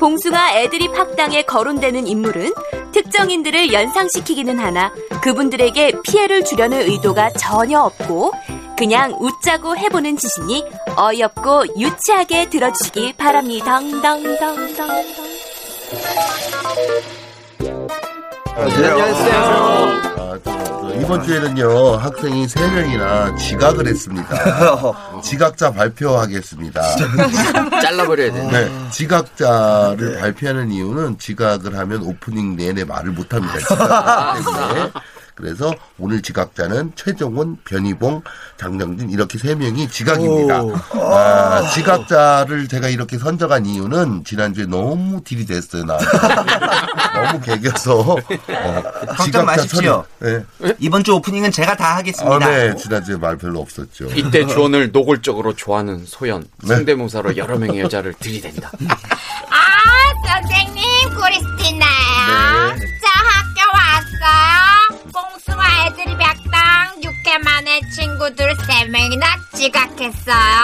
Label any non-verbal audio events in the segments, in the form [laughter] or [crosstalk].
봉숭아 애드립 학당에 거론되는 인물은 특정인들을 연상시키기는 하나 그분들에게 피해를 주려는 의도가 전혀 없고 그냥 웃자고 해보는 짓이니 어이없고 유치하게 들어주시기 바랍니다. 덩덩덩덩덩. 안녕하세요. 아, 또, 네. 또 이번 주에는요 학생이 세 명이나 지각을 [laughs] 했습니다. 지각자 발표하겠습니다. 잘라버려야 돼. 아. 네, 지각자를 네. 발표하는 이유는 지각을 하면 오프닝 내내 말을 못합니다. 지각 때문에. 그래서 오늘 지각자는 최종훈, 변희봉, 장정진 이렇게 세 명이 지각입니다. 아, 지각자를 제가 이렇게 선정한 이유는 지난주에 너무 딜이 됐어요. 나 [laughs] 너무 개겨서 어, 걱정 마십시오. 네. 이번 주 오프닝은 제가 다 하겠습니다. 아, 네, 지난주에 말 별로 없었죠. 이때 존을 노골적으로 좋아하는 소연. 네. 상대모사로 여러 명의 여자를 들이댄다. 아, 선생님, 크리스티나예요. 네. 저 학교 왔어요. 꽁수와 애들이 백당 6개 만에 친구들 3명이나 지각했어요.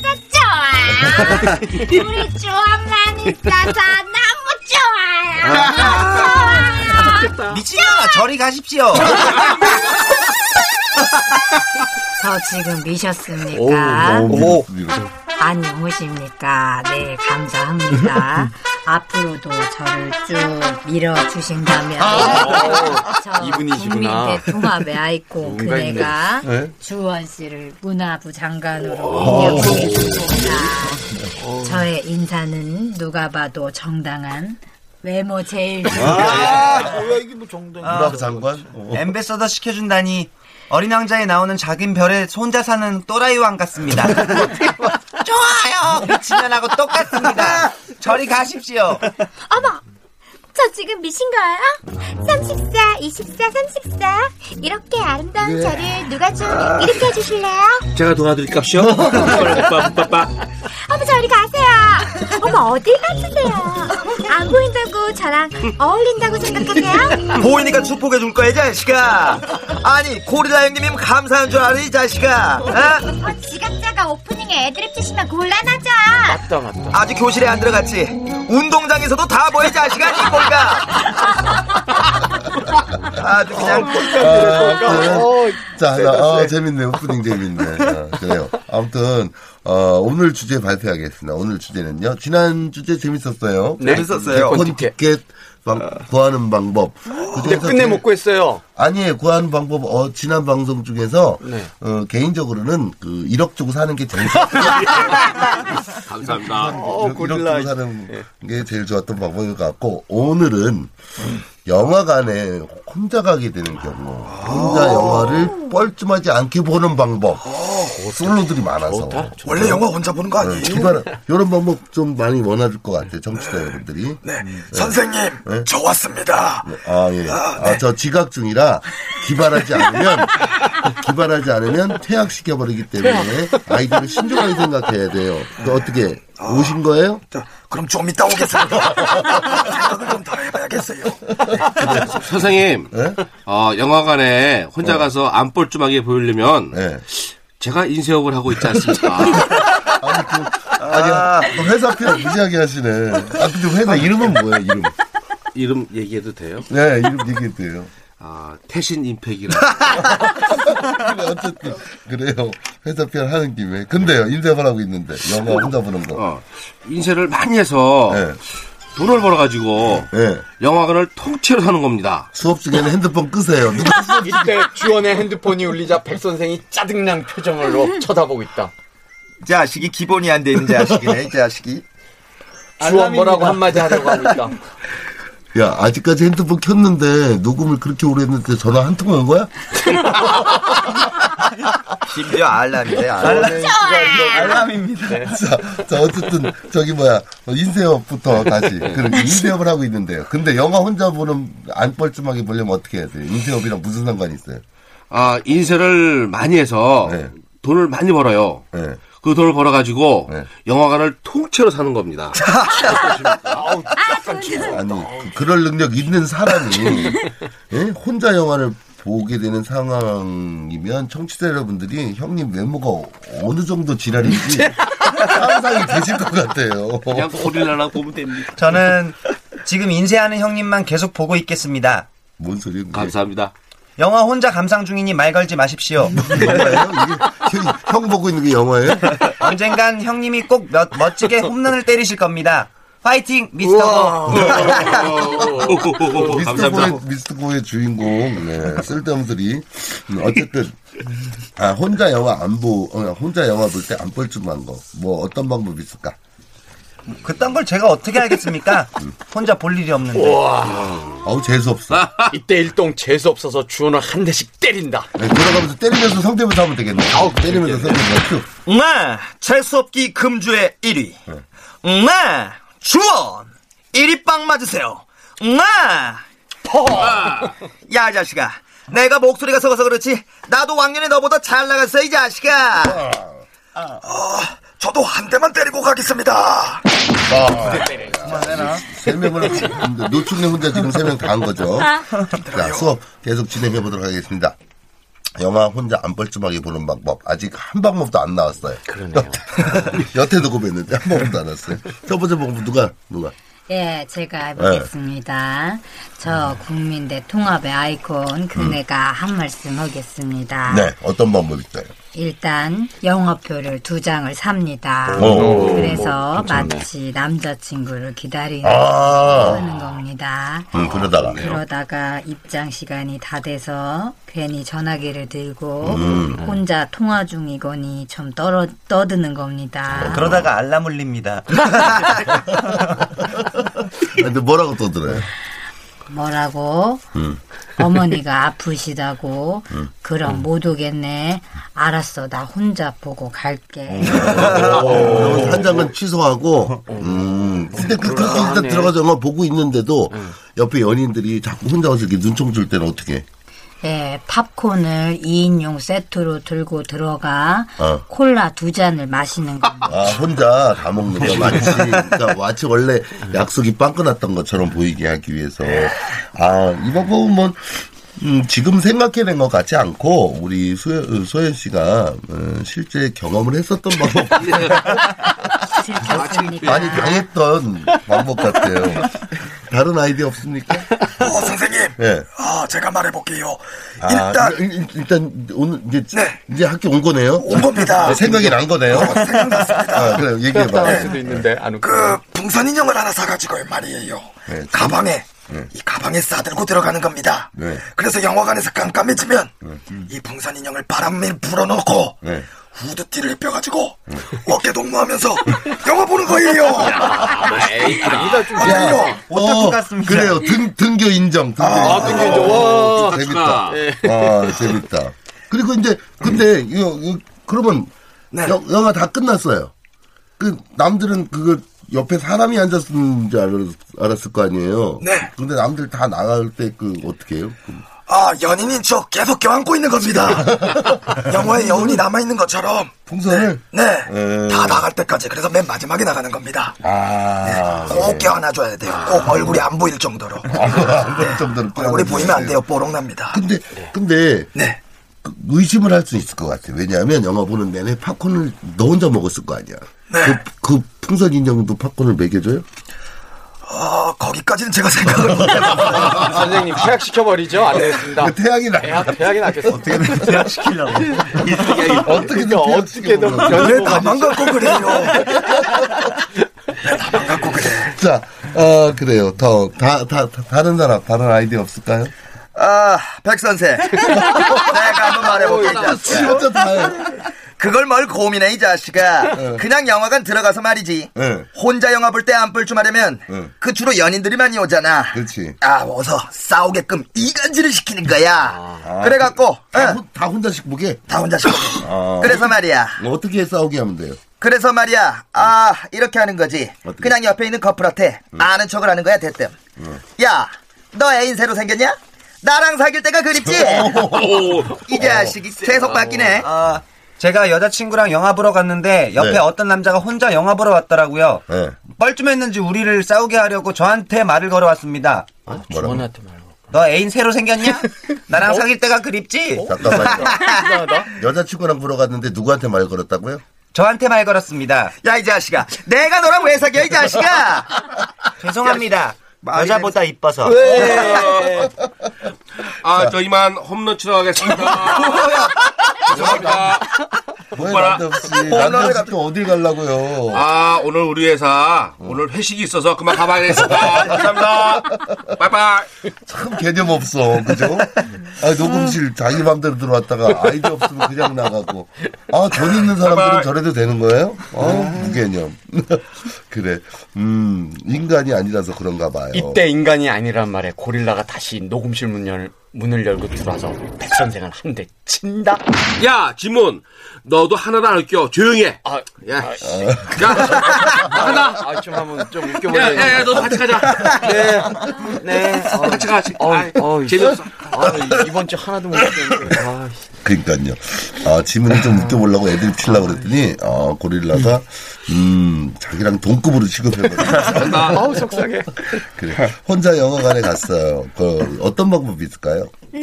그래서 좋아요. 우리 조합만 있어서 너무 좋아요. 너무 좋아요. 네. 미친년아, 저리 가십시오. 저 어, 지금 미셨습니까? 오, 너무 재밌습니다. 안 오십니까? 네, 감사합니다. 앞으로도 저를 쭉 밀어주신다면 저 어, 이분이시구나. 국민대 통합의 아이콘 뭔가 있네. 그대가 네. 주원 씨를 문화부 장관으로 임명하겠습니다. 저의 인사는 누가 봐도 정당한 외모 제일 문화부 장관? 어. 엠베서더 시켜준다니. 어린 왕자에 나오는 작은 별에 혼자 사는 또라이 왕 [laughs] 같습니다. 좋아요. 미친년하고 똑같습니다. 저리 가십시오. 어머! 저 지금 미신 거예요? 34, 24, 34. 이렇게 아름다운 저를 누가 좀 일으켜 주실래요? 제가 도와드릴까요? 빠빠빠. 어머, 저리 가세요. 어머, 어딜 봐주세요. 안 보인다고 저랑 어울린다고 생각하세요? 보이니까 축복해 줄 거야, 이 자식아. 아니, 고리라 형님이면 감사한 줄 알아, 이 자식아. 어? 어, 지각자가 오프닝에 애드립 치시면 곤란하죠. 네. 맞다, 맞다. 아직 교실에 안 들어갔지. 운동장에서도 다 보여, 이 자식아, 니 뭔가. 아주 그냥 네. 자, 나, 아, 재밌네. 오프닝 재밌네. 아, 그래요. 아무튼, 어, 오늘 주제 발표하겠습니다. 오늘 주제는요. 지난 주제 재밌었어요. 네. 재밌었어요. 콘 권 티켓. 티켓 방- 구하는 방법. 근데 끝내 못 구했어요. 아니에요. 구하는 방법, 어, 지난 방송 중에서, 네. 어, 개인적으로는 그 1억 주고 사는 게 제일 좋았어요. 감사합니다. 어, 1억 주고 사는 게 제일 좋았던 방법인 것 같고, 오늘은 영화관에 혼자 가게 되는 경우, 아. 혼자 영화를 뻘쭘하지 않게 보는 방법. 솔로들이 많아서. 네. 원래 영화 혼자 보는 거 아니에요? 이거는 이런 방법 좀 많이 원하실 것 같아요, 정치자 여러분들이. 네. 선생님, 저 왔습니다. 아 예. 아 네. 저 지각 중이라 기발하지 않으면 기발하지 않으면 퇴학시켜 버리기 때문에 아이들을 신중하게 생각해야 돼요. 너 어떻게 아. 오신 거예요? 자, 그럼 좀 이따 오겠습니다. [laughs] 생각을 좀 더 해봐야겠어요. 선생님, 예? 어, 영화관에 혼자 가서 안 뻘쭘하게 보이려면 네. 예. 제가 인쇄업을 하고 있지 않습니까? 아니 그 아니 너 회사 표현 무지하게 하시네. 아 근데 회사 이름은 뭐예요? 이름? 이름 얘기해도 돼요? 네 이름 얘기해도 돼요. 아, 태신 임팩이라. 근데 어쨌든 그래요. 회사 표현 하는 김에 근데요 인쇄만 하고 있는데 영화 혼자 보는 거. 어, 인쇄를 많이 해서 예. 돈을 벌어가지고 네. 영화관을 통째로 사는 겁니다. 수업 중에는 핸드폰 끄세요. 이때 주원의 핸드폰이 울리자 백 선생이 짜증난 표정으로 쳐다보고 있다. 자식이 기본이 안 되는 자식이네, 자식이. 주원 뭐라고 한마디 하려고 하니까. 야 아직까지 핸드폰 켰는데 녹음을 그렇게 오래 했는데 전화 한 통 온 거야? 심지어 알람인데, 알람. 알람입니다. 자, 자, 어쨌든 저기 뭐야 어, 인쇄업부터 다시 그런 인쇄업을 하고 있는데요. 근데 영화 혼자 보는 안 뻘쭘하게 보려면 어떻게 해야 돼요? 인쇄업이랑 무슨 상관이 있어요? 아, 인쇄를 많이 해서 돈을 많이 벌어요. 네, 그 돈을 벌어가지고 영화관을 통째로 사는 겁니다. 아니 그- 그럴 능력 [laughs] 있는 사람이 예? 혼자 영화를 보게 되는 상황이면 청취자 여러분들이 형님 외모가 어느 [laughs] 정도 지랄인지 상상이 되실 것 같아요. 그냥 고릴라나 보면 네. 됩니다. 저는 지금 인쇄하는 형님만 계속 보고 있겠습니다. 뭔 소리야? 그게? 감사합니다. 영화 혼자 감상 중이니 말 걸지 마십시오. 형 보고 있는 게 영화예요? 언젠간 형님이 꼭 멋- 멋지게 홈런을 때리실 겁니다. 파이팅 미스터 어, 미스터 미스터고의 미스터고의 주인공 네, 쓸데없는 소리 음, 어쨌든 아 혼자 영화 안보 어, 혼자 영화 볼 때 안 뻘쭘한 거 뭐 어떤 방법이 있을까? 고. 그딴 걸 제가 어떻게 알겠습니까? 혼자 볼 일이 없는데. 아우 재수 없어. 이때 일동 재수 없어서 주원을 한 대씩 때린다. 네, 돌아가면서 때리면서 성대모사 하면 되겠네. 아우 때리면서 성대모사. 쭉. 나 네, 재수없기 금주의 1위. 나 주원 1위 빵 맞으세요. 나 야, 이 자식아. 내가 목소리가 적어서 그렇지. 나도 왕년에 너보다 잘 나갔어, 이 자식아. 어, 저도 한 대만 때리고 가겠습니다. 세 명을 노충님 혼자 지금 세 명 다 한 [laughs] 거죠. 자 수업 계속 진행해 보도록 하겠습니다. 영화 혼자 안 뻘쭘하게 보는 방법 아직 한 방법도 안 나왔어요. 그러네요. [laughs] 여태도 고민했는데 한 방법도 안 나왔어요. 첫 번째 방법 누가 누가? 예, 제가 해보겠습니다. 저 국민대 통합의 아이콘 그네가 한 말씀 하겠습니다. 네, 어떤 방법이 있어요? 일단 영어표를 두 장을 삽니다. 오. 그래서 마치 남자친구를 기다리는 아. 하는 겁니다. 음, 그러다가. 그러다가 입장 시간이 다 돼서 괜히 전화기를 들고 음. 혼자 통화 중이거니 좀 떨어, 떠드는 겁니다. 그러다가 알람 울립니다. 근데 뭐라고 또 들어요? 뭐라고? 음. 어머니가 아프시다고 그럼 못 오겠네 알았어 나 혼자 보고 갈게 그러면 한 장은 취소하고, 음. 근데 그, 그렇게 일단 들어가서 영화 보고 있는데도, 옆에 연인들이 자꾸 혼자 와서 이렇게 눈총 줄 때는 어떻게? 예, 팝콘을 2인용 세트로 들고 들어가 어. 콜라 두 잔을 마시는 겁니다 아, 혼자 다 먹는 거 마치, 그러니까 마치 원래 약속이 빵끝났던 것처럼 보이게 하기 위해서. 아, 이 방법은 뭐, 음, 지금 생각해낸 것 같지 않고, 우리 소연, 소연 씨가, 음, 실제 경험을 했었던 방법. 즐겼습니까? 많이 당했던 방법 같아요. 다른 아이디어 없습니까? 어, [laughs] 선생님. 예. 아, 제가 말해볼게요. 아, 일단 네. 일- 일- 일단 오늘 이제 이제 학교 온 거네요. 온 겁니다. 생각이 난 거네요. 생각났습니다. 그래 얘기해 봐. 할 수도 있는데 안 웃겨. 그 풍선 인형을 하나 사가지고 말이에요. 가방에 이 가방에 싸들고 들어가는 겁니다. 네. 그래서 영화관에서 깜깜해지면 이 풍선 인형을 바람에 불어넣고 네. 후드티를 입혀가지고 어깨 동무하면서 영화 [laughs] 보는 거예요. 네. 맞아요. 어, 그래요. 등 등교 인정. 등교 인정. 어, 등교 인정. 와, 재밌다. 축하. 아 재밌다. 그리고 이제 근데 이거, 이거 그러면 영, 영화 다 끝났어요. 그 남들은 그걸 옆에 사람이 앉았는 줄 알았, 알았을 거 아니에요. 네. 근데 남들 다 나갈 때 그 어떻게 해요? 그 아 연인인 척 계속 껴안고 있는 [laughs] 겁니다. 영화에 여운이 남아 있는 것처럼. 풍선을 네, 음. 다 나갈 때까지 그래서 맨 마지막에 나가는 겁니다. 네. 아, 꼭 껴안아줘야 돼요. 꼭 얼굴이 안 보일 정도로. 그럴 정도로 네, 얼굴이 아, 보이면 안 돼요. 뽀록 아, 납니다. 그, 근데 근데 그 의심을 할 수 있을 것 같아요. 왜냐하면 영화 보는 내내 팝콘을 너 혼자 먹었을 거 아니야. 네. 그, 그 풍선 인형도 팝콘을 먹여줘요? 아, 거기까지는 제가 생각을 못해봤어요. 선생님 퇴학시켜버리죠? 안 네. 되겠습니다. 태양이 나. 아, 대학, 대학이 낫겠어. 어떻게든 [laughs] 퇴학시키려고. 그러니까 어떻게든 어떻게든 왜 나만 갖고 그래요? 왜 나만 갖고 그래? 자, 어, 그래요. 더, 다, 다, 다- 다른 사람, 다른 아이디어 없을까요? 아, 백선생. 내가 한번 말해볼게, 이 네. 자식아. 그걸 뭘 고민해, 이 자식아. 네. 응. 그냥 영화관 들어가서 말이지. 응. 혼자 영화 볼 때 안 뻘쭘하려면 네. 응. 그 주로 연인들이 많이 오잖아. 그렇지. 아, 어서 싸우게끔 이간질을 시키는 아, 거야. 그래갖고. 네. 다, 혼자씩 보게? 다 혼자씩 보게. 그래서 말이야. 어떻게 싸우게 하면 돼요? 그래서 말이야. 아, 이렇게 하는 거지. 어떻게? 음. 그냥 옆에 있는 커플한테 아는 척을 하는 거야, 대뜸. 야, 너 애인 새로 생겼냐? 나랑 사귈 때가 [laughs] 그립지? 이 자식이 어. 계속 바뀌네. 어. 아, 제가 여자친구랑 영화 보러 갔는데 옆에 네. 어떤 남자가 혼자 영화 보러 왔더라고요. 네. 뻘쭘했는지 우리를 싸우게 하려고 저한테 말을 걸어왔습니다. 아, 주원한테 말. 너 애인 새로 생겼냐? 나랑 어? 사귈 때가 그립지? [laughs] 잠깐만요. 여자친구랑 보러 갔는데 누구한테 말 걸었다고요? 저한테 말 걸었습니다. 야, 이 자식아. 내가 너랑 왜 사겨, 이 자식아! [laughs] 죄송합니다. 여자보다 이뻐서. 아, 저 이만 홈런 치러 가겠습니다. 죄송합니다. [laughs] 왜 오빠라. 난데없이, 난데없이 또 어딜 가려고요? 아, 오늘 우리 회사 오늘 회식이 있어서 그만 가봐야겠습니다. 감사합니다. 빠이빠이. 참 개념 없어, 그죠? 아, 녹음실 자기 맘대로 들어왔다가 아이디어 없으면 그냥 나가고. 아, 돈 있는 사람들은 제발. 저래도 되는 거예요? 아, 무개념. [laughs] 그래. 음, 인간이 아니라서 그런가 어. 봐요. 이때 인간이 아니란 말에 고릴라가 다시 녹음실 문 열, 문을 열고 들어와서 백선생을 한 대 친다. 야, 지문. 너도 하나도 안 웃겨. 조용히 해. 야, 씨. 야, 하나. 아, 좀 한번 좀 야, 야, 야, 너도 같이 가자. 네. 네. 같이 가. 같이. 어, 아이, 어, 재미없어. 아, 이번 주 하나도 못 봤는데. 아, 씨. 그러니까요. 아, 지문을 좀 웃겨보려고 애들 치려고 그랬더니, 아, 고릴라가, 음, 자기랑 동급으로 취급해버렸어. [laughs] 아우, 속상해. 그래. [laughs] 혼자 영화관에 갔어요. 그, 어떤 방법이 있을까요? 네.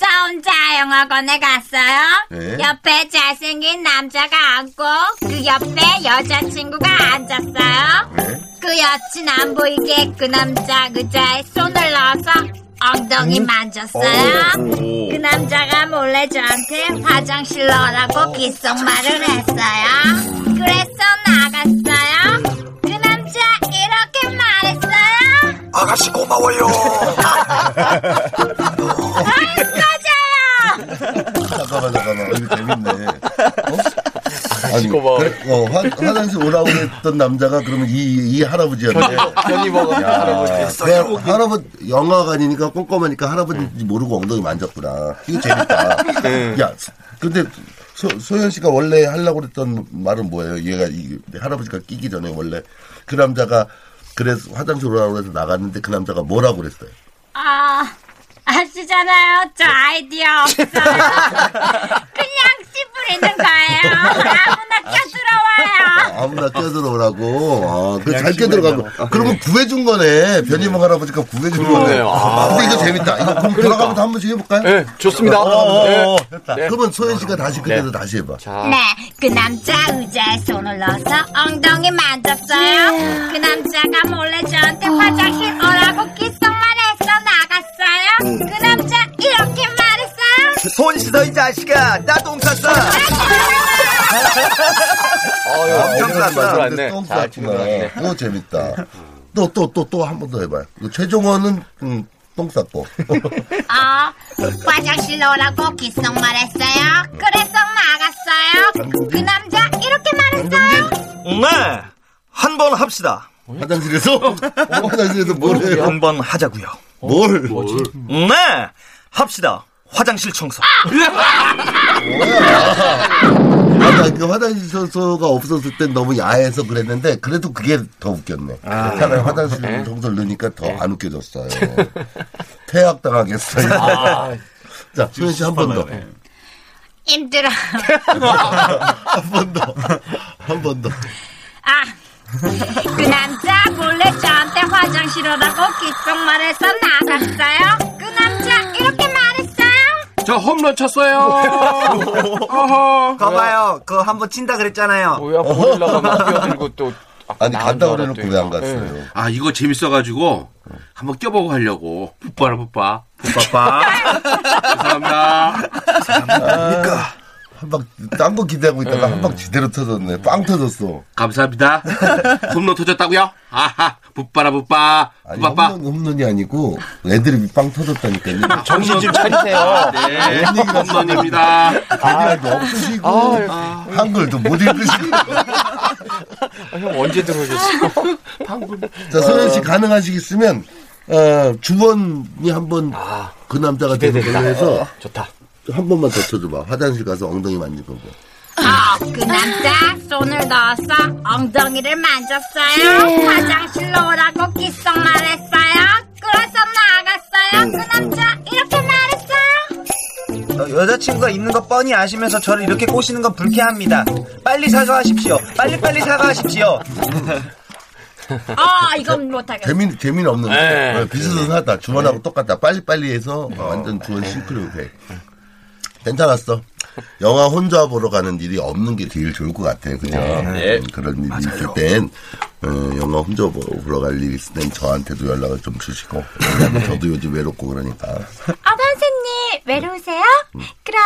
저 혼자 영화관에 갔어요. 네. 옆에 잘생긴 남자가 앉고 그 옆에 여자친구가 앉았어요. 그 여친 안 보이게 그 남자 의자에 손을 넣어서 엉덩이 음? 만졌어요. 그 남자가 몰래 저한테 화장실 넣으라고 귓속말을 했어요. 그래서 나갔어요. 그 남자 이렇게 말했어요. 아가씨 고마워요. 잠깐만, 잠깐만. 이거 재밌네. 어? 아니, 그래, 어, 화, 화장실 오라고 했던 남자가 그러면 이, 이 할아버지였네. 변이 먹어, 할아버지. 내가 할아버지, 영화관이니까 꼼꼼하니까 할아버지인지 모르고 엉덩이 만졌구나. 이거 재밌다. 네. 야, 근데 소, 소연 씨가 원래 하려고 그랬던 말은 뭐예요? 얘가, 이, 할아버지가 끼기 전에 원래 그 남자가 그래서 화장실 오라고 해서 나갔는데 그 남자가 뭐라고 그랬어요? 아, 아시잖아요. 저 아이디어 없어요. 그냥 씹부리는 거예요. 아무나 껴들어와요. 아무나 껴들어오라고. 아, 그잘 껴들어가고. 그러면 구해준 거네. 변희몽 할아버지가 구해준 거네. 그러네요. 아. 근데 이거 재밌다. 이거 그럼 그러니까. 돌아가면서 한 번씩 해볼까요? 네, 좋습니다. 어, 어, 어, 어. 네. 됐다. 네. 그러면 소연 씨가 다시 그대로 다시 해봐. 네, 그 남자 의자에 손을 넣어서 엉덩이 만졌어요. 그 남자가 몰래 저한테 화장실 오라고 끼성만 해서 나갔어요. 그 남자 이렇게 말했어요. 손 씻어, 이 자식아. 나똥 쌌어. 엄청 쌌어. 맞았는데 똥 쌌구나. 이거 재밌다. 또, 또, 또, 또 한 번 더 해봐요. 이거 최종원은, 음, 똥 쌌고. 아, 화장실 넣으라고 기성말 했어요. 그래서 나갔어요. 그 남자 이렇게 말했어요. 네, 한 번 합시다. 화장실에서? 화장실에서 뭘 해요? 한 번 하자고요. 뭘? 네, 합시다. 화장실 청소. 아, 나그 화장실 청소가 없었을 땐 너무 야해서 그랬는데 그래도 그게 더 웃겼네. 아, 차라리 화장실 네. 청소를 넣으니까 더 안 웃겨졌어요. 퇴학당하겠어요. 아. 네. 자, 소연 씨 한 번 더. 힘들어. [laughs] 한 번 더. 한 번 더. 아, 그 남자 몰래 저한테 화장실 오라고 기성말 해서 나갔어요. 그 남자 이렇게 말했어요. 저 홈런 쳤어요. [laughs] 어허. 거봐요. 그거 한 번 친다 그랬잖아요. 뭐야, 고릴라가 막 뛰어들고 또. 아까 아니, 나온 간다 줄 그래놓고 알았더니. 왜 안 갔어요? 네. 아, 이거 재밌어가지고 한번 껴보고 하려고. [laughs] 붓바라 붓바. 붓바빠. 죄송합니다. 아. 그러니까 한방딴거 기대하고 있다가 네. 한 방 제대로 터졌네. 빵 터졌어. 감사합니다. 홈런 터졌다고요? 아하, 붓바라 붓바, 아니 붓바빠. 홈런, 홈런이 아니고 애들이 빵 터졌다니까요. 정신 좀 차리세요. 네, 홈런입니다. 대결도 아, 없으시고 아, 한글도 못 읽으시고. 형 언제 어. 들어오셨어? 방금. 자, 서현 씨 가능하시겠으면 어, 주원이 한번 그 남자가 되는 걸로 아. 기대된다. 해서 어, 좋다. 한 번만 더 쳐줘봐. 화장실 가서 엉덩이 만질 거고. 뭐. 어, 그 남자 손을 넣어서 엉덩이를 예. 만졌어요. 화장실로 오라고 기성 말했어요. 그래서 나갔어요. 그 남자 이렇게 말했어요. 어, 여자친구가 있는 거 뻔히 아시면서 저를 이렇게 꼬시는 건 불쾌합니다. 빨리 사과하십시오. 빨리빨리 사과하십시오. 아 이건 못하겠어. 재미 재미는 네. 없는데 어, 비슷은 하다. 주원하고 똑같다. 빨리 빨리 해서 완전 주원 싱크로 돼. 괜찮았어. 영화 혼자 보러 가는 일이 없는 게 제일 좋을 것 같아. 그죠? 네. 음, 그런 일이 있을 땐 어, 영화 혼자 보- 보러 갈 일이 있을 땐 저한테도 연락을 좀 주시고 왜냐면 저도 요즘 외롭고 그러니까 아, 선생님, 외로우세요? 그럼,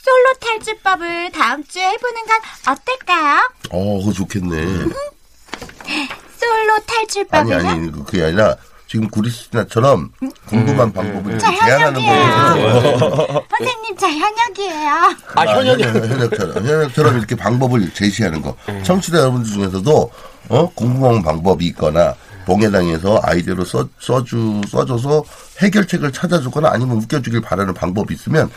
솔로 탈출법을 다음 주에 해보는 건 어떨까요? 어 그거 좋겠네. 솔로 아니 탈출법이요? 아니 그- 그게 아니라 지금 구리스나처럼 궁금한 방법을 음. 이렇게 제안하는 네, 거예요. 선생님, 저 현역이에요. 아, 현역 현역처럼 현역처럼 이렇게 방법을 제시하는 거. 음. 청취자 여러분들 중에서도 어 궁금한 방법이 있거나 봉해당에서 아이디어로 써 써주 써줘서 해결책을 찾아주거나 아니면 웃겨주길 바라는 방법이 있으면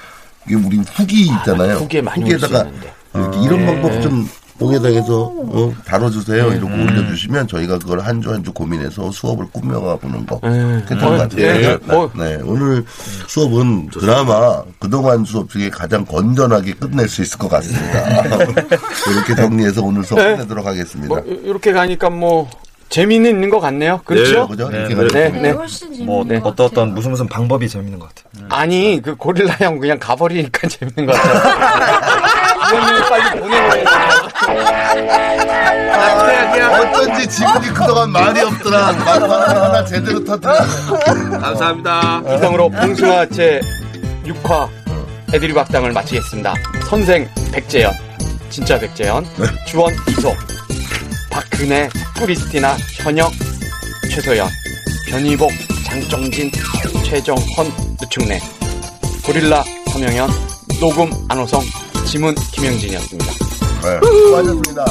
이게 우리 후기 있잖아요. 후기에 많이 올수 후기에다가 있는데. 이렇게 이런 네. 음. 방법 좀 봉해당에서 어, 다뤄주세요 이러고 올려주시면 저희가 그걸 한 주 한 주 고민해서 수업을 꾸며가보는 거 괜찮은 것 같아요. 네. 네. 네, 오늘 수업은 드라마 그동안 수업 중에 가장 건전하게 끝낼 수 있을 것 [laughs] 같습니다. 이렇게 정리해서 오늘 수업 네. 끝내도록 하겠습니다. 뭐, 이- 이렇게 가니까 뭐, 재미는 있는 것 같네요. 그렇죠? 네, 그죠? 네, 이렇게 가니까. 네, 네. 뭐 어떤 어떤 무슨 무슨 방법이 재밌는 것 같아. 아니, 그 고릴라 형 그냥 가버리니까 [laughs] 재밌는 것 같아요. [laughs] 이거는 빨리 보내요. 어쩐지 지금이 그동안 말이 없더라. 말만 하나 제대로 터뜨려. 아. 감사합니다. 어. 이상으로 봉숭아 제 6화 애드립 악당을 마치겠습니다. 선생 백재현, 진짜 백재현, 주원 이소, 박근혜, 크리스티나, 현역, 최소연, 변희복, 장정진, 최정헌, 누충래, 고릴라 서명현, 녹음 안호성, 지문 김영진이었습니다. 수고하셨습니다.